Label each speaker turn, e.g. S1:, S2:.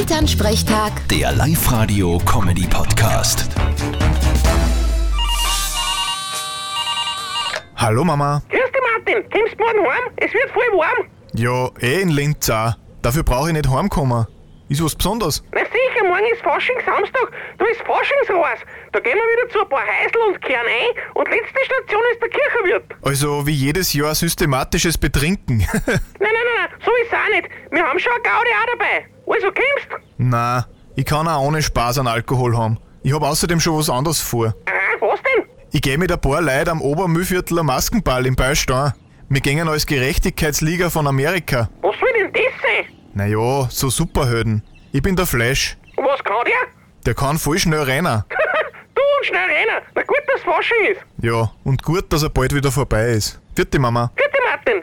S1: Elternsprechtag,
S2: Der Live-Radio-Comedy-Podcast.
S3: Hallo Mama.
S4: Grüß dich, Martin. Kommst du morgen heim? Es wird voll warm.
S3: Ja, eh in Linz auch. Dafür brauche ich nicht heimkommen. Ist was Besonderes.
S4: Na sicher, morgen ist Faschingssamstag. Da ist Faschingsraus. Da gehen wir wieder zu ein paar Häusl und kehren ein. Und letzte Station ist der Kirchenwirt.
S3: Also wie jedes Jahr systematisches Betrinken.
S4: Nein, nein, nein, nein, so ist es auch nicht. Wir haben schon eine Gaudi auch dabei. Also kommst?
S3: Na, ich kann auch ohne Spaß an Alkohol haben. Ich habe außerdem schon was anderes vor.
S4: Ah, was denn?
S3: Ich gehe mit ein paar Leuten am Obermühlviertler Maskenball im Beistein. Wir gehen als Gerechtigkeitsliga von Amerika.
S4: Was soll denn das sein?
S3: Naja, so Superhelden. Ich bin der Flash.
S4: Und Was kann der?
S3: Der kann voll schnell rennen.
S4: du und schnell rennen. Na gut, dass Fasching ist.
S3: Ja, und gut, dass er bald wieder vorbei ist. Vierte Mama.
S4: Bitte, Martin.